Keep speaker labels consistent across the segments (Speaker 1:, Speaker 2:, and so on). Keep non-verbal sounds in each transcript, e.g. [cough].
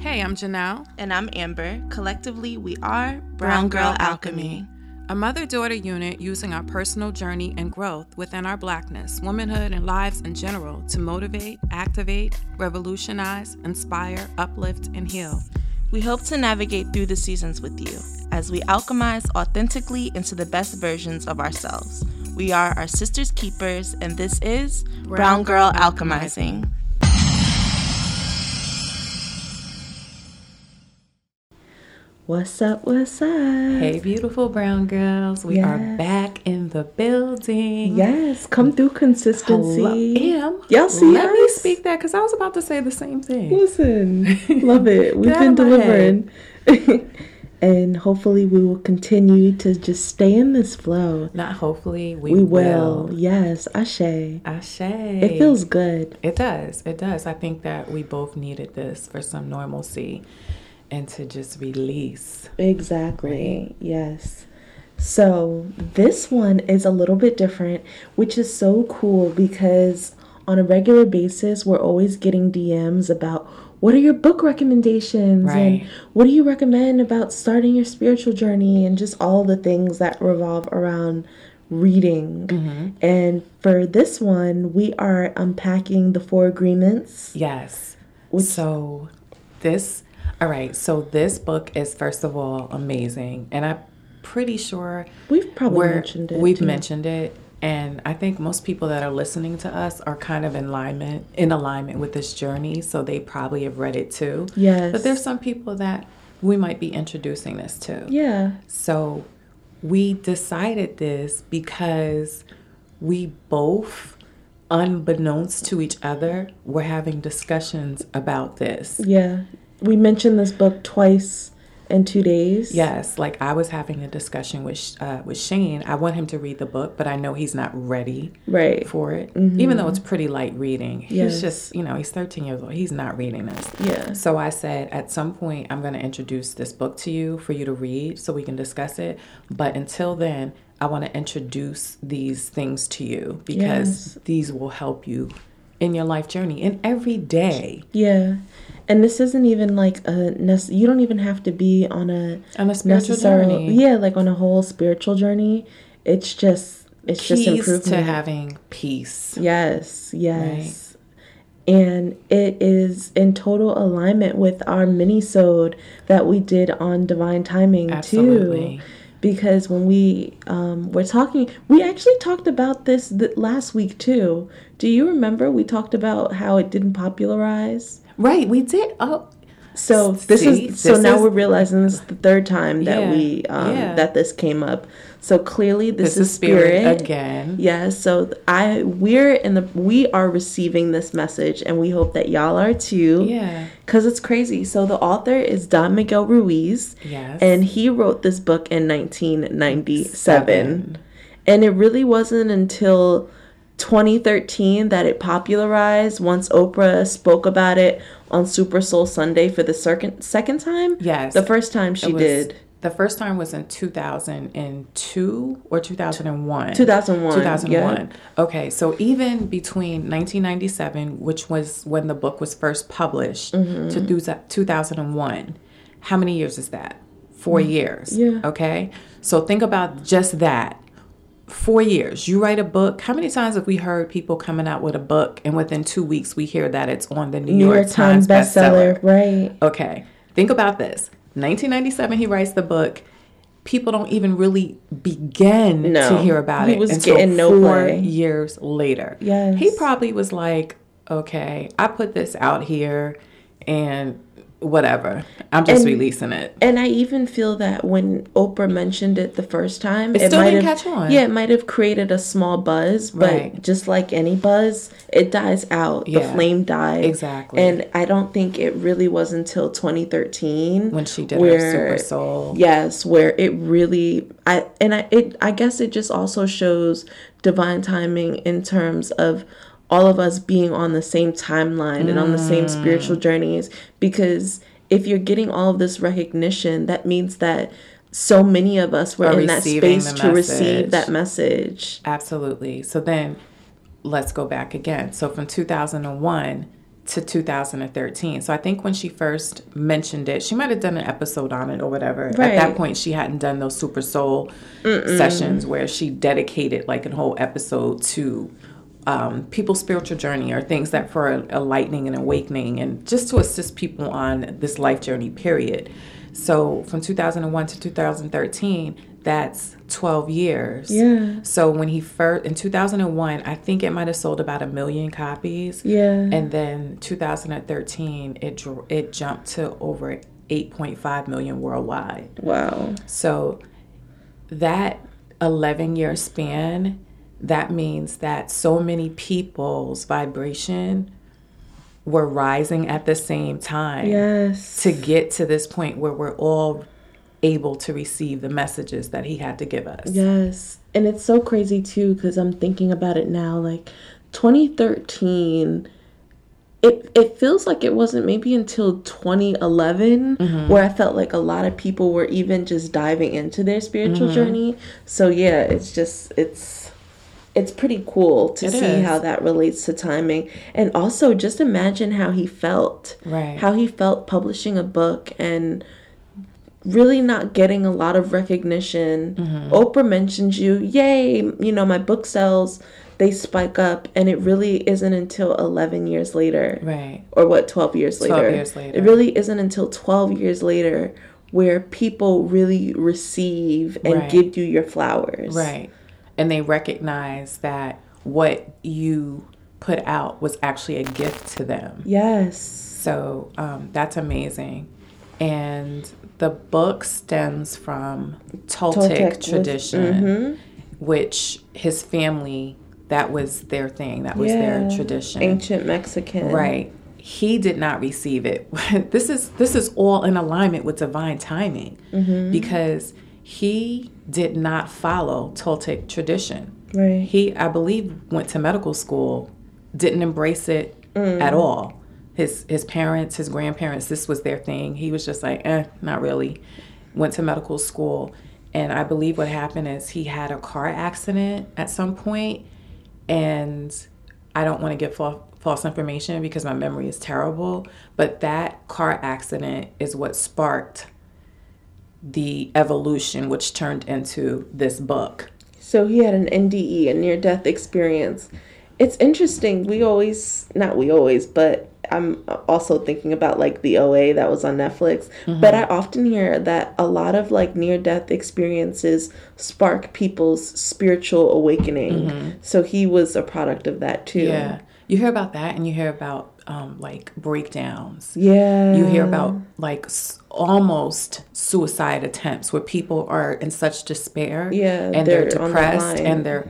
Speaker 1: Hey, I'm Janelle,
Speaker 2: And I'm Amber. Collectively, we are
Speaker 1: Brown Girl Alchemy. a mother daughter unit using our personal journey and growth within our blackness, womanhood, and lives in general to motivate, activate, revolutionize, inspire, uplift, and heal.
Speaker 2: We hope to navigate through the seasons with you as we alchemize authentically into the best versions of ourselves. We are our sister's keepers, and this is Brown, Girl Alchemizing. What's up? What's up?
Speaker 3: Hey, beautiful brown girls. We
Speaker 2: Yes.
Speaker 3: are back in the building.
Speaker 2: Yes, come through consistency.
Speaker 3: Hello, Am.
Speaker 2: Y'all see
Speaker 3: Let me
Speaker 2: us?
Speaker 3: speak that because I was about to say the same thing.
Speaker 2: Listen, love it. We've
Speaker 3: Get
Speaker 2: been
Speaker 3: out of my head.
Speaker 2: delivering. [laughs] and hopefully we will continue to just stay in this flow.
Speaker 3: Not hopefully. We,
Speaker 2: We will. Yes, Ashe. It
Speaker 3: Ashe.
Speaker 2: feels good.
Speaker 3: It does. It does. I think that we both needed this for some normalcy and to just release.
Speaker 2: Exactly. Yes. So, this one is a little bit different, which is so cool because on a regular basis, we're always getting DMs about what are your book recommendations
Speaker 3: Right.
Speaker 2: and what do you recommend about starting your spiritual journey and just all the things that revolve around reading.
Speaker 3: Mm-hmm.
Speaker 2: And for this one, we are unpacking the four agreements.
Speaker 3: Yes. so this all right, so this book is first of all amazing and I'm pretty sure
Speaker 2: We've probably
Speaker 3: we're-
Speaker 2: mentioned it,
Speaker 3: We've
Speaker 2: too.
Speaker 3: mentioned it and I think most people that are listening to us are kind of in alignment in alignment with this journey, so they probably have read it too.
Speaker 2: Yes.
Speaker 3: But there's some people that we might be introducing this to.
Speaker 2: Yeah.
Speaker 3: So we decided this because we both, unbeknownst to each other, were having discussions about this.
Speaker 2: Yeah. We mentioned this book twice in two days.
Speaker 3: Yes, like I was having a discussion with Sh- uh, with Shane. I want him to read the book, but I know he's not ready
Speaker 2: Right.
Speaker 3: for it. Even though it's pretty light reading, he's
Speaker 2: Mm-hmm. Yes.
Speaker 3: just you know he's 13 years old. He's not reading this.
Speaker 2: Yeah.
Speaker 3: So I said, at some point, I'm going to introduce this book to you for you to read so we can discuss it. But until then, I want to introduce these things to you because
Speaker 2: Yes.
Speaker 3: these will help you in your life journey and every day.
Speaker 2: Yeah. And this isn't even like a nec- you don't even have to be on a
Speaker 3: On a spiritual journey.
Speaker 2: Yeah, like on a whole spiritual journey. It's just it's just
Speaker 3: Keys
Speaker 2: improvement.
Speaker 3: to having peace.
Speaker 2: Yes, yes. And it is in total alignment with our mini-sode that we did on divine timing
Speaker 3: Absolutely.
Speaker 2: too. Because when we um, were talking, we actually talked about this th- last week too. Do you remember we talked about how it didn't popularize?
Speaker 3: Right, we did. Oh,
Speaker 2: So this
Speaker 3: See,
Speaker 2: is so
Speaker 3: this
Speaker 2: now
Speaker 3: is-
Speaker 2: we're realizing this is the third time that
Speaker 3: Yeah,
Speaker 2: we um,
Speaker 3: yeah.
Speaker 2: that this came up. So clearly this,
Speaker 3: this is spirit, again.
Speaker 2: Yes, so th- I we're in the we are receiving this message and we hope that y'all are too.
Speaker 3: Yeah.
Speaker 2: Cuz it's crazy. So the author is Don Miguel Ruiz.
Speaker 3: Yes.
Speaker 2: And he wrote this book in 1997.
Speaker 3: Seven.
Speaker 2: And it really wasn't until 2013 that it popularized once Oprah spoke about it on Super Soul Sunday for the second second time.
Speaker 3: Yes.
Speaker 2: The first time
Speaker 3: It
Speaker 2: she
Speaker 3: was-
Speaker 2: did.
Speaker 3: The first time was in 2002 or 2001.
Speaker 2: 2001,
Speaker 3: 2001. Okay, so even between 1997, which was when the book was first published,
Speaker 2: Mm-hmm.
Speaker 3: to thu- 2001, how many years is that? 4 years.
Speaker 2: Mm-hmm. Yeah.
Speaker 3: Okay, so think about just that. Four years. You write a book. How many times have we heard people coming out with a book, and within two weeks we hear that it's on the New,
Speaker 2: New York Times bestseller, right?
Speaker 3: Okay, think about this. 1997, he writes the book. People don't even really begin
Speaker 2: No.
Speaker 3: to hear about
Speaker 2: He
Speaker 3: it
Speaker 2: was getting no
Speaker 3: four
Speaker 2: play.
Speaker 3: years later.
Speaker 2: Yes.
Speaker 3: he probably was like, "Okay, I put this out here, and whatever. I'm just releasing it."
Speaker 2: And I even feel that when Oprah mentioned it the first time, it,
Speaker 3: still
Speaker 2: might
Speaker 3: didn't
Speaker 2: have,
Speaker 3: catch on.
Speaker 2: Yeah, it might have created a small buzz, but
Speaker 3: Right.
Speaker 2: just like any buzz, it dies out. The
Speaker 3: Yeah.
Speaker 2: flame died
Speaker 3: Exactly.
Speaker 2: And I don't think it really was until 2013
Speaker 3: When she did her Super Soul.
Speaker 2: Yes, where it really I and I it I guess it just also shows divine timing in terms of all of us being on the same timeline and on the same
Speaker 3: Mm.
Speaker 2: spiritual journeys because if you're getting all of this recognition that means that so many of us were
Speaker 3: Are
Speaker 2: in that
Speaker 3: receiving
Speaker 2: space
Speaker 3: the
Speaker 2: to receive
Speaker 3: message.
Speaker 2: that message.
Speaker 3: Absolutely. So then let's go back again. So from 2001 to 2013. So I think when she first mentioned it, she might have done an episode on it or whatever. At
Speaker 2: Right.
Speaker 3: that point, she hadn't done those Super Soul sessions where she dedicated like a whole episode to um, people's spiritual journey or things that for a, a lightning and awakening and just to assist people on this life journey, period. So from 2001 to 2013, that's 12 years.
Speaker 2: Yeah.
Speaker 3: So when he first in 2001, I think it might have sold about a million copies.
Speaker 2: Yeah.
Speaker 3: And then 2013, it dro- it jumped to over 8.5 million worldwide.
Speaker 2: Wow.
Speaker 3: So that 11 year span, that means that so many people's vibration were rising at the same time
Speaker 2: Yes.
Speaker 3: to get to this point where we're all able to receive the messages that he had to give us.
Speaker 2: Yes. And it's so crazy too cuz I'm thinking about it now like 2013 it it feels like it wasn't maybe until 2011
Speaker 3: Mm-hmm.
Speaker 2: where I felt like a lot of people were even just diving into their spiritual
Speaker 3: Mm-hmm.
Speaker 2: journey. So yeah, it's just it's it's pretty cool to
Speaker 3: It
Speaker 2: see
Speaker 3: is.
Speaker 2: how that relates to timing and also just imagine how he felt.
Speaker 3: Right.
Speaker 2: How he felt publishing a book and really not getting a lot of recognition.
Speaker 3: Mm-hmm.
Speaker 2: Oprah mentions you, yay, you know, my book sales, they spike up. And it really isn't until 11 years later,
Speaker 3: Right.
Speaker 2: or what, 12 years 12 later.
Speaker 3: years later.
Speaker 2: It really isn't until 12 years later where people really receive and
Speaker 3: Right.
Speaker 2: give you your flowers.
Speaker 3: Right. And they recognize that what you put out was actually a gift to them.
Speaker 2: Yes.
Speaker 3: So um, that's amazing. And the book stems from Toltec,
Speaker 2: Toltec was- mm-hmm.
Speaker 3: tradition, which his family, that was their thing, that was their
Speaker 2: Yeah.
Speaker 3: tradition.
Speaker 2: Ancient Mexican.
Speaker 3: Right. He did not receive it. [laughs] this is this is all in alignment with divine timing
Speaker 2: Mm-hmm.
Speaker 3: because he did not follow Toltec tradition.
Speaker 2: Right.
Speaker 3: He, I believe, went to medical school, didn't embrace it at all. His his parents, his grandparents, this was their thing. He was just like, eh, not really. Went to medical school, and I believe what happened is he had a car accident at some point, and I don't want to give false, false information because my memory is terrible. But that car accident is what sparked the evolution, which turned into this book.
Speaker 2: So he had an NDE, a near death experience. It's interesting. We always, not we always, but I'm also thinking about like the OA that was on Netflix.
Speaker 3: Mm-hmm.
Speaker 2: But I often hear that a lot of like near death experiences spark people's spiritual awakening. So he was a product of that too.
Speaker 3: Mm-hmm. Yeah. You hear about that and you hear about um, like breakdowns.
Speaker 2: Yeah.
Speaker 3: You hear about like s- almost suicide attempts where people are in such despair
Speaker 2: Yeah,
Speaker 3: and they're,
Speaker 2: they're on the
Speaker 3: depressed
Speaker 2: line.
Speaker 3: and they're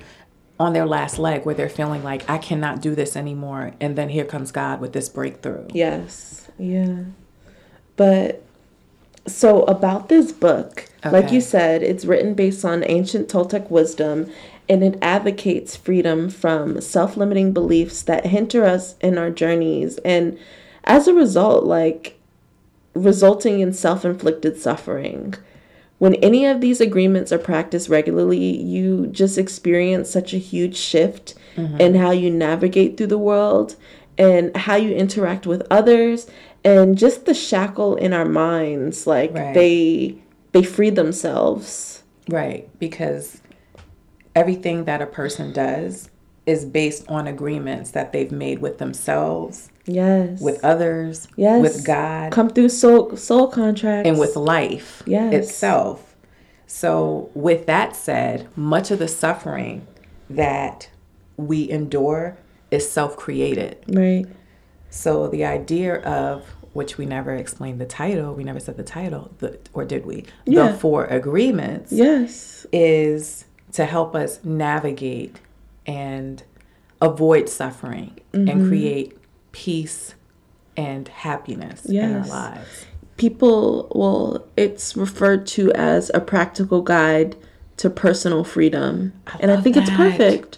Speaker 3: on their last leg where they're feeling like I cannot do this anymore. And then here comes God with this breakthrough.
Speaker 2: Yes. Yeah. But so about this book, like
Speaker 3: Okay.
Speaker 2: you said, it's written based on ancient Toltec wisdom and it advocates freedom from self limiting beliefs that hinder us in our journeys. And as a result, like resulting in self inflicted suffering. When any of these agreements are practiced regularly, you just experience such a huge shift
Speaker 3: Mm-hmm.
Speaker 2: in how you navigate through the world and how you interact with others and just the shackle in our minds like
Speaker 3: Right.
Speaker 2: they they free themselves.
Speaker 3: Right, because everything that a person does is based on agreements that they've made with themselves,
Speaker 2: Yes.
Speaker 3: with others,
Speaker 2: yes.
Speaker 3: with God,
Speaker 2: Come through soul soul contracts.
Speaker 3: and with life
Speaker 2: Yes.
Speaker 3: itself. So, with that said, much of the suffering that we endure is self created.
Speaker 2: right.
Speaker 3: So, the idea of which we never explained the title, we never said the title, the, or did we?
Speaker 2: Yeah.
Speaker 3: The four agreements
Speaker 2: Yes.
Speaker 3: is to help us navigate and avoid suffering
Speaker 2: Mm-hmm.
Speaker 3: and create peace and happiness in our
Speaker 2: Yes.
Speaker 3: lives.
Speaker 2: people will it's referred to as a practical guide to personal freedom and i
Speaker 3: love
Speaker 2: think it's
Speaker 3: that.
Speaker 2: perfect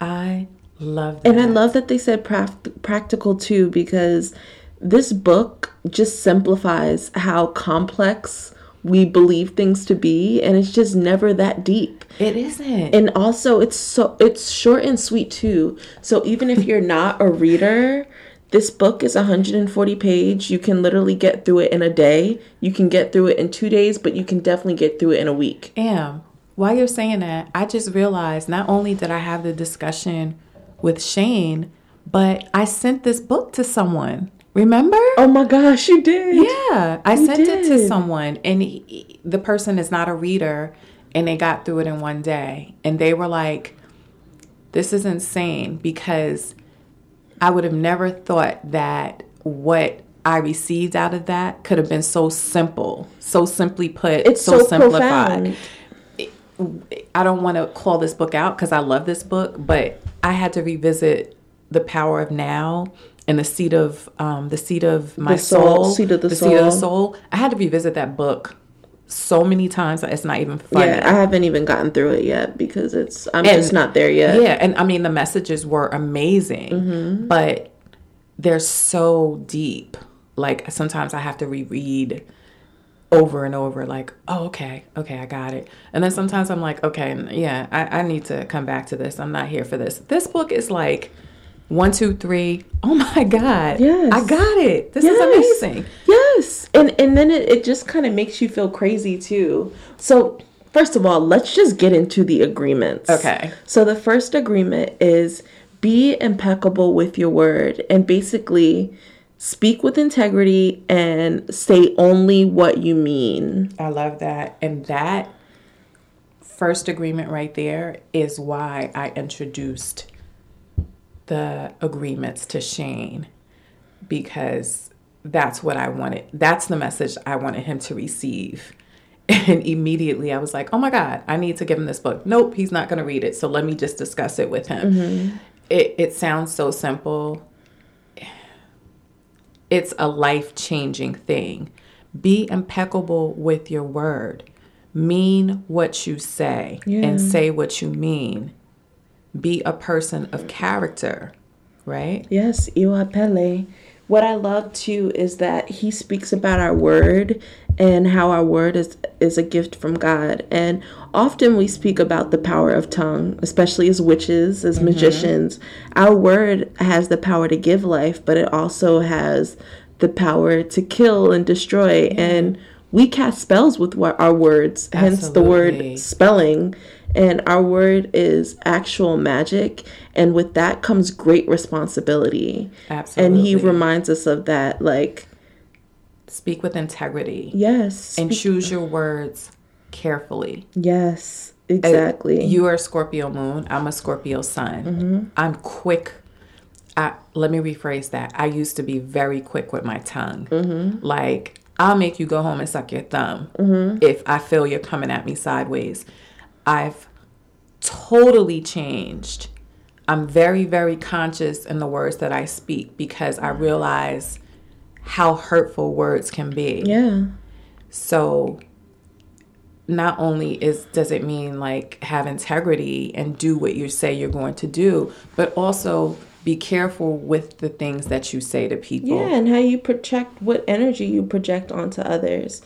Speaker 3: I love that.
Speaker 2: and i love that they said prac- practical too because this book just simplifies how complex we believe things to be and it's just never that deep
Speaker 3: it isn't.
Speaker 2: and also it's so it's short and sweet too so even if you're not a reader This book is 140 page. You can literally get through it in a day. You can get through it in 2 days, but you can definitely get through it in a week.
Speaker 3: Am, while you're saying that, I just realized not only did I have the discussion with Shane, but I sent this book to someone. Remember?
Speaker 2: Oh my gosh, you did.
Speaker 3: Yeah, I
Speaker 2: You
Speaker 3: sent it to
Speaker 2: did.
Speaker 3: someone, and he, the person is not a reader, and they got through it in one day, and they were like, "This is insane," because I would have never thought that what I received out of that could have been so simple, so simply put,
Speaker 2: It's so profound.
Speaker 3: I don't want to call this book out because I love this book, but I had to revisit the power of now and the seat of um, the seat of my
Speaker 2: The soul,
Speaker 3: soul,
Speaker 2: seat of the
Speaker 3: seat of the
Speaker 2: soul.
Speaker 3: soul. I had to revisit that book so many times that it's not even funny.
Speaker 2: Yeah, I haven't even gotten through it yet because it's I'm
Speaker 3: And-
Speaker 2: just not there yet.
Speaker 3: Yeah, and I mean the messages were amazing,
Speaker 2: Mm-hmm.
Speaker 3: but they're so deep. Like sometimes I have to reread over and over. Like, oh, okay, okay, I got it. And then sometimes I'm like, okay, n- yeah, I, I need to come back to this. I'm not here for this. This book is like one, two, three. Oh my god,
Speaker 2: Yes.
Speaker 3: I got it. This
Speaker 2: Yes.
Speaker 3: is amazing.
Speaker 2: Yes. And and then it, it just kind of makes you feel crazy too. So first of all, let's just get into the agreements.
Speaker 3: Okay.
Speaker 2: So the first agreement is be impeccable with your word and basically speak with integrity and say only what you mean.
Speaker 3: I love that. And that first agreement right there is why I introduced the agreements to Shane because that's what I wanted. That's the message I wanted him to receive. And immediately I was like, oh my God, I need to give him this book. Nope, he's not going to read it. So let me just discuss it with him. It, it sounds so simple. It's a life changing thing. Be impeccable with your word. Mean what you say and say what you mean. Be a person of character, right?
Speaker 2: Yes, Iwapele. What I love too is that he speaks about our word and how our word is is a gift from God. And often we speak about the power of tongue, especially as witches, as magicians. Our word has the power to give life, but it also has the power to kill and destroy. And we cast spells with wa- our words, hence the
Speaker 3: Absolutely.
Speaker 2: word spelling and our word is actual magic and with that comes great responsibility
Speaker 3: Absolutely.
Speaker 2: and he reminds us of that like
Speaker 3: Speak with integrity
Speaker 2: yes
Speaker 3: and choose your words carefully.
Speaker 2: yes exactly
Speaker 3: You are a Scorpio moon. I'm a Scorpio sun. I'm quick. I, let me rephrase that. I used to be very quick with my tongue. Like, I'll make you go home and suck your thumb if I feel you're coming at me sideways. I've totally changed. I'm very, very conscious in the words that I speak because I realize how hurtful words can be.
Speaker 2: yeah
Speaker 3: So not only is does it mean like have integrity and do what you say you're going to do, but also be careful with the things that you say to people.
Speaker 2: yeah and how you project what energy you project onto others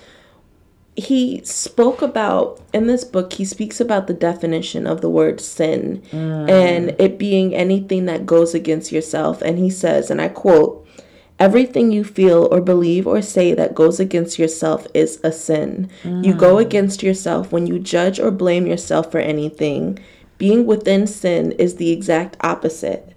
Speaker 2: he spoke about in this book he speaks about the definition of the word sin and it being anything that goes against yourself and he says and i quote everything you feel or believe or say that goes against yourself is a sin you go against yourself when you judge or blame yourself for anything being within sin is the exact opposite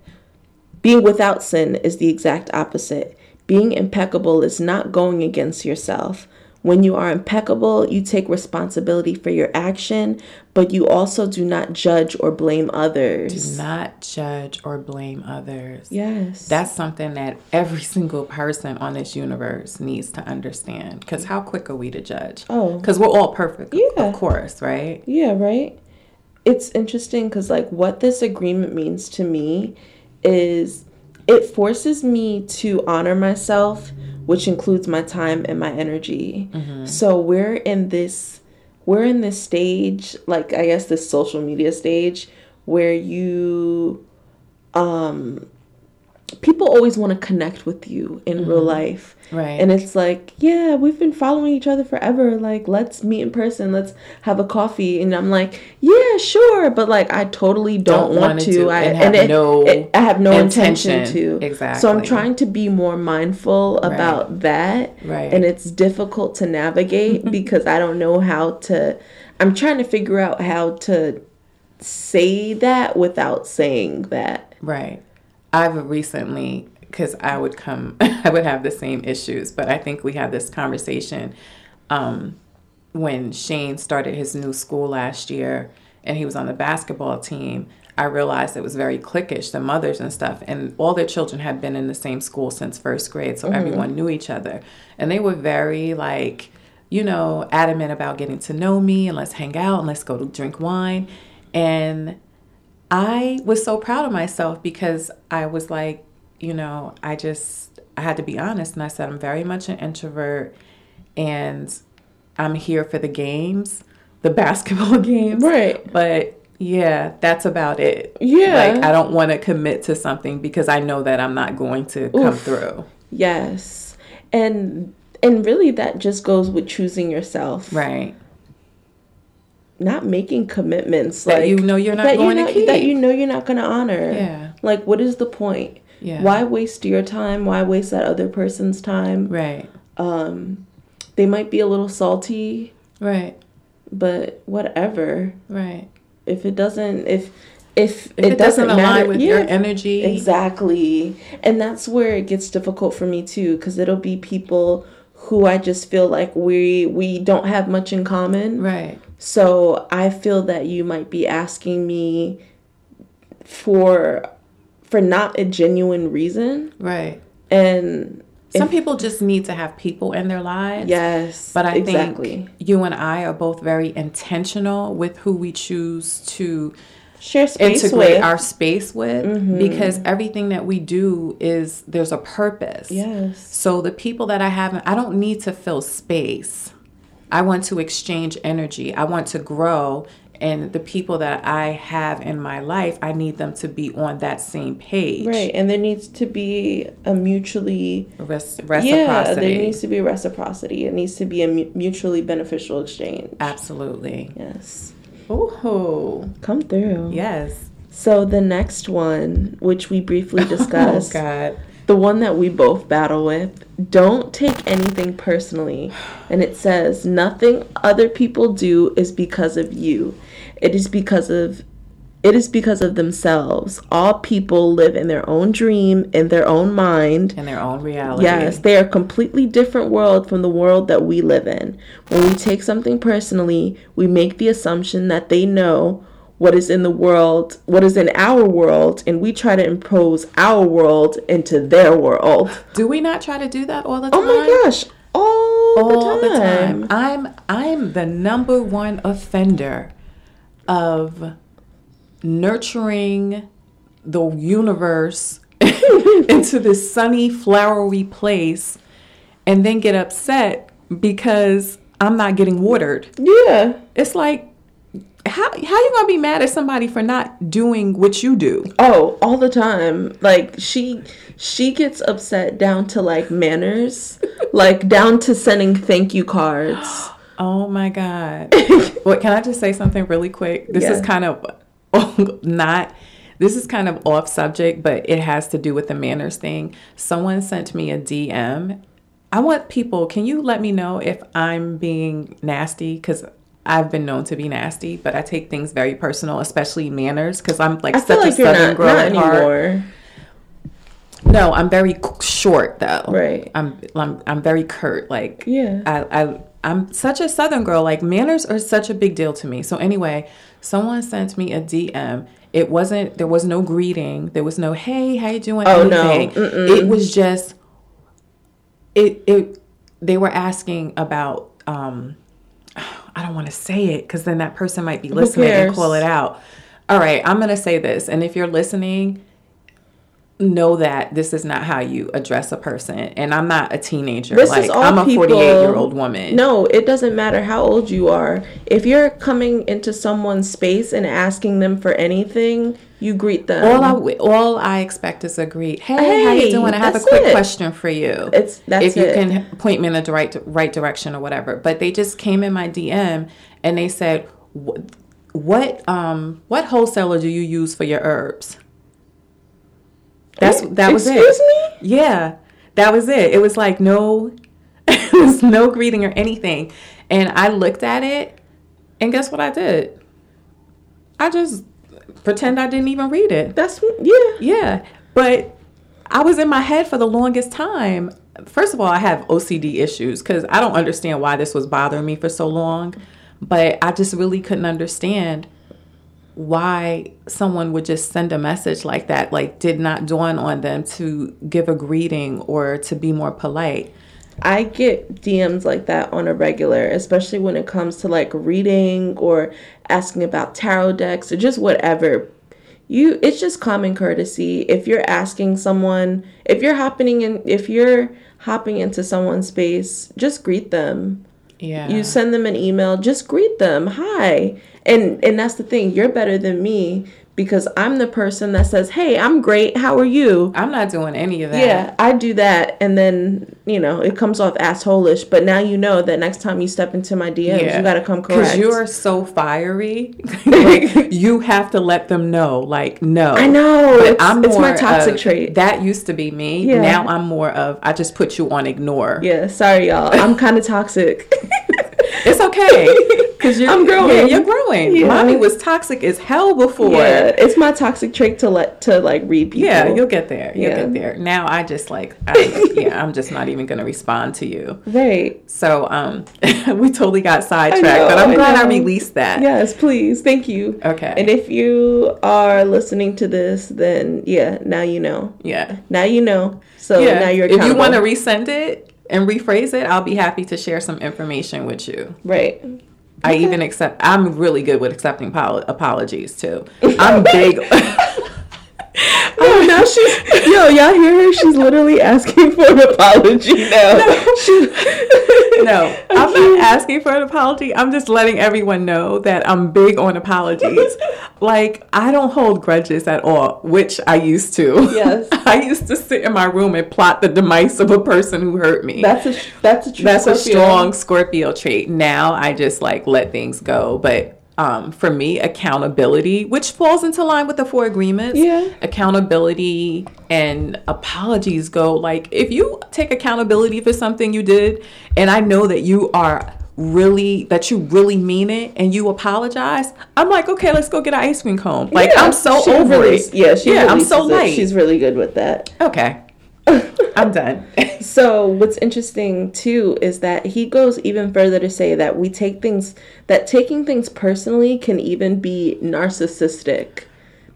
Speaker 2: being without sin is the exact opposite. Being impeccable is not going against yourself. When you are impeccable, you take responsibility for your action, but you also do not judge or blame others.
Speaker 3: Not judge or blame others.
Speaker 2: Yes.
Speaker 3: That's something that every [laughs] single person on this universe needs to understand. Because how quick are we to judge?
Speaker 2: Oh.
Speaker 3: Because we're all perfect, of-
Speaker 2: Yeah.
Speaker 3: of course, right?
Speaker 2: Yeah, right? It's interesting because, like, what this agreement means to me is it forces me to honor myself, which includes my time and my energy. So we're in this. We're in this stage, like I guess this social media stage, where you um, people always want to connect with you in real life.
Speaker 3: Right.
Speaker 2: And it's like, yeah, we've been following each other forever. Like, let's meet in person. Let's have a coffee. And I'm like, yeah, sure. But like, I totally don't,
Speaker 3: Don't
Speaker 2: want
Speaker 3: wanna
Speaker 2: to.
Speaker 3: do-
Speaker 2: I
Speaker 3: and have
Speaker 2: it-
Speaker 3: no
Speaker 2: it- I have no intention,
Speaker 3: intention.
Speaker 2: to. So I'm
Speaker 3: Exactly.
Speaker 2: trying to be more mindful about that.
Speaker 3: Right.
Speaker 2: And it's difficult
Speaker 3: [laughs]
Speaker 2: to navigate because I don't know how to. I'm trying to figure out how to say that without saying that.
Speaker 3: Right. I've recently, because I would come, [laughs] I would have the same issues, but I think we had this conversation um, when Shane started his new school last year and he was on the basketball team. I realized it was very cliquish, the mothers and stuff, and all their children had been in the same school since first grade, so everyone knew each other. And they were very like, you know, adamant about getting to know me and let's hang out and let's go to drink wine. And I was so proud of myself because I was like, you know, I just I had to be honest and I said I'm very much an introvert and I'm here for the games, the [laughs] basketball games.
Speaker 2: Right.
Speaker 3: But yeah, that's about it.
Speaker 2: Yeah.
Speaker 3: Like I don't want to commit to something because I know that I'm not going to come through.
Speaker 2: Yes. And and really that just goes with choosing yourself.
Speaker 3: Right.
Speaker 2: Not making commitments
Speaker 3: That
Speaker 2: like
Speaker 3: you know you're not
Speaker 2: that
Speaker 3: going to
Speaker 2: not- that
Speaker 3: keep.
Speaker 2: you know you're not going to honor.
Speaker 3: Yeah.
Speaker 2: Like what is the point?
Speaker 3: Yeah.
Speaker 2: Why waste your time? Why waste that other person's time?
Speaker 3: Right.
Speaker 2: Um they might be a little salty,
Speaker 3: Right.
Speaker 2: but whatever.
Speaker 3: Right.
Speaker 2: If it doesn't if if,
Speaker 3: If it, doesn't, align
Speaker 2: matter-
Speaker 3: with
Speaker 2: yeah,
Speaker 3: your energy.
Speaker 2: Exactly. And that's where it gets difficult for me too cuz it'll be people who I just feel like we we don't have much in common.
Speaker 3: Right.
Speaker 2: So I feel that you might be asking me for for not a genuine reason
Speaker 3: Right.
Speaker 2: and
Speaker 3: Some people just need to have people in their lives.
Speaker 2: yes,
Speaker 3: But I
Speaker 2: exactly.
Speaker 3: think you and I are both very intentional with who we choose to
Speaker 2: share space
Speaker 3: integrate
Speaker 2: with Mm-hmm.
Speaker 3: our space with because everything that we do is there's a purpose.
Speaker 2: yes.
Speaker 3: So the people that I have, I don't need to fill space. I want to exchange energy. I want to grow. And the people that I have in my life, I need them to be on that same page.
Speaker 2: Right, and there needs to be a mutually
Speaker 3: Res-
Speaker 2: yeah,
Speaker 3: reciprocity.
Speaker 2: there needs to be reciprocity. It needs to be a mu- mutually beneficial exchange.
Speaker 3: Absolutely.
Speaker 2: Yes.
Speaker 3: Ooh.
Speaker 2: Come through.
Speaker 3: Yes.
Speaker 2: So the next one, which we
Speaker 3: [laughs]
Speaker 2: briefly
Speaker 3: Oh,
Speaker 2: discussed,
Speaker 3: God.
Speaker 2: the one that we both battle with, don't take anything personally. And it says, nothing other people do is because of you. It is because of it is because of themselves. All people live in their own dream, in their own mind,
Speaker 3: in their own reality.
Speaker 2: Yes, they are a completely different world from the world that we live in. When we take something personally, we make the assumption that they know what is in the world, what is in our world, and we try to impose our world into their world.
Speaker 3: Do we not try to do that all the time?
Speaker 2: Oh my gosh, all,
Speaker 3: All
Speaker 2: the
Speaker 3: the
Speaker 2: time.
Speaker 3: time. I'm I'm the number one offender of nurturing the universe [laughs] into this sunny, flowery place and then get upset because I'm not getting watered.
Speaker 2: Yeah,
Speaker 3: It's like how how you gonna be mad at somebody for not doing what you do?
Speaker 2: Oh, all the time. Like she she gets upset down to like [laughs] manners, like down to sending thank you cards.
Speaker 3: Oh my
Speaker 2: [laughs]
Speaker 3: God. Wait, can I just say something really quick? This is
Speaker 2: Yeah.
Speaker 3: kind of [laughs] not, this is kind of off subject, but it has to do with the manners thing. Someone sent me a DM. I want people, can you let me know if I'm being nasty? Because I've been known to be nasty, but I take things very personal, especially manners, because I'm like
Speaker 2: I
Speaker 3: such
Speaker 2: feel
Speaker 3: a
Speaker 2: like you're
Speaker 3: southern
Speaker 2: not,
Speaker 3: girl
Speaker 2: not
Speaker 3: at heart.
Speaker 2: anymore.
Speaker 3: No, I'm very c- short though.
Speaker 2: Right.
Speaker 3: I'm I'm I'm very curt. Like
Speaker 2: Yeah.
Speaker 3: I I I'm such a southern girl. Like manners are such a big deal to me. So anyway, someone sent me a DM. It wasn't there was no greeting. There was no hey, how you doing?
Speaker 2: Oh, no.
Speaker 3: It was just it it they were asking about um I don't want to say it because then that person might be listening and
Speaker 2: cares?
Speaker 3: call it out. All right, I'm gonna say this, and if you're listening, know that this is not how you address a person. And I'm not a teenager.
Speaker 2: This
Speaker 3: like
Speaker 2: is all
Speaker 3: I'm a
Speaker 2: people-
Speaker 3: 48 year old woman.
Speaker 2: No, it doesn't matter how old you are. If you're coming into someone's space and asking them for anything, you greet them.
Speaker 3: All I wi- all I expect is a greet. Hey, how
Speaker 2: Hey,
Speaker 3: you doing? I have a
Speaker 2: that's
Speaker 3: quick
Speaker 2: it.
Speaker 3: question for you.
Speaker 2: It's- that's
Speaker 3: if you
Speaker 2: it.
Speaker 3: can point me in the right right direction or whatever. But they just came in my DM and they said, "Wh- "What um what wholesaler do you use for your herbs?" That's that was it.
Speaker 2: Excuse me?
Speaker 3: Yeah, that was it. It was like no, [laughs] it was no greeting or anything. And I looked at it, and guess what I did? I just pretend I didn't even read it.
Speaker 2: That's yeah.
Speaker 3: Yeah, but I was in my head for the longest time. First of all, I have OCD issues because I don't understand why this was bothering me for so long, but I just really couldn't understand why someone would just send a message like that, like did not dawn on them to give a greeting or to be more polite.
Speaker 2: I get DMs like that on a regular, especially when it comes to like reading or asking about tarot decks or just whatever. You it's just common courtesy. If you're asking someone, if you're hopping in if you're hopping into someone's space, just greet them.
Speaker 3: Yeah.
Speaker 2: you send them an email just greet them hi and and that's the thing you're better than me because i'm the person that says hey i'm great how are you
Speaker 3: I'm not doing any of that.
Speaker 2: yeah i do that and then you know it comes off assholish but now you know that next time you step into my dms you gotta come correct
Speaker 3: Because you are so
Speaker 2: [laughs]
Speaker 3: fiery. Like, you have to let them know, like, no.
Speaker 2: i know
Speaker 3: But
Speaker 2: it's, it's my
Speaker 3: more
Speaker 2: toxic
Speaker 3: of-
Speaker 2: trait
Speaker 3: That used to be me.
Speaker 2: Yeah.
Speaker 3: Now I'm more of I just put you on ignore.
Speaker 2: yeah sorry y'all
Speaker 3: [laughs]
Speaker 2: i'm kind of toxic
Speaker 3: It's okay because you're
Speaker 2: [laughs] I'm growing.
Speaker 3: Yeah, you're growing.
Speaker 2: Yeah.
Speaker 3: Mommy was toxic as hell before.
Speaker 2: yeah
Speaker 3: Yeah,
Speaker 2: it's my toxic trait to let to like read people
Speaker 3: you'll get there. You'll
Speaker 2: Yeah.
Speaker 3: get there. Now I just like
Speaker 2: [laughs]
Speaker 3: I, yeah, I'm just not even gonna respond to you.
Speaker 2: right
Speaker 3: So um, [laughs] we totally got sidetracked,
Speaker 2: know,
Speaker 3: but I'm
Speaker 2: I
Speaker 3: glad I
Speaker 2: know.
Speaker 3: released that.
Speaker 2: Yes, please. Thank you.
Speaker 3: Okay.
Speaker 2: And if you are listening to this, then yeah, now you know.
Speaker 3: yeah.
Speaker 2: Now you know. So
Speaker 3: Yeah.
Speaker 2: now you're
Speaker 3: if you
Speaker 2: accountable.
Speaker 3: want to resend it and rephrase it, I'll be happy to share some information with you.
Speaker 2: right.
Speaker 3: I even accept. I'm really good with accepting pol- apologies
Speaker 2: [laughs]
Speaker 3: too. I'm big. [laughs]
Speaker 2: [laughs] Oh, now she's yo, y'all hear her? She's literally asking for an apology now. [laughs] She-
Speaker 3: [laughs]
Speaker 2: [laughs]
Speaker 3: no, I'm not asking for an apology. I'm just letting everyone know that I'm big on
Speaker 2: [laughs]
Speaker 3: apologies. like I don't hold grudges at all, which I used to.
Speaker 2: Yes.
Speaker 3: [laughs] I used to sit in my room and plot the demise of a person who hurt me.
Speaker 2: That's a that's a true
Speaker 3: That's a
Speaker 2: Scorpio.
Speaker 3: strong Scorpio trait. Now I just like let things go. But um, for me, accountability, which falls into line with the four agreements,
Speaker 2: Yeah.
Speaker 3: accountability and apologies go like if you take accountability for something you did, and I know that you are really that you really mean it and you apologize i'm like okay let's go get an ice cream cone like
Speaker 2: Yeah,
Speaker 3: i'm so
Speaker 2: she
Speaker 3: over
Speaker 2: release-
Speaker 3: it
Speaker 2: Yeah, she
Speaker 3: yeah i'm so
Speaker 2: releases it.
Speaker 3: light
Speaker 2: She's really good with that. [laughs]
Speaker 3: okay i'm done [laughs]
Speaker 2: So what's interesting too is that he goes even further to say that we take things that taking things personally can even be narcissistic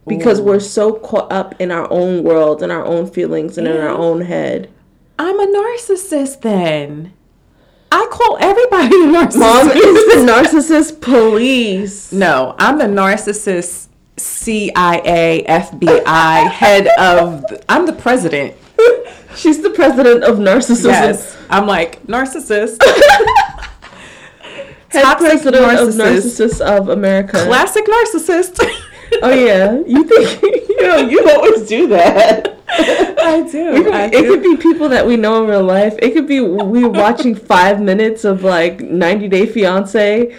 Speaker 2: because we're so caught up in our own world and our own feelings and in our own head.
Speaker 3: I'm a narcissist then. I call everybody [laughs] a narcissist.
Speaker 2: [laughs] Mom
Speaker 3: [laughs]
Speaker 2: [laughs] is the narcissist police.
Speaker 3: No, I'm the narcissist CIA, [laughs] FBI, head of, the, I'm the president.
Speaker 2: [laughs] She's the president of narcissism. [laughs]
Speaker 3: Yes. I'm like, narcissist.
Speaker 2: Head
Speaker 3: Toxic
Speaker 2: president of
Speaker 3: narcissist.
Speaker 2: narcissists of America.
Speaker 3: Classic narcissist. [laughs]
Speaker 2: oh yeah, you think you know you always do that.
Speaker 3: [laughs] I do.
Speaker 2: It could,
Speaker 3: I
Speaker 2: be, it
Speaker 3: do.
Speaker 2: could be people that we know in real life. It could be we [laughs] watching five minutes of like 90 Day Fiance.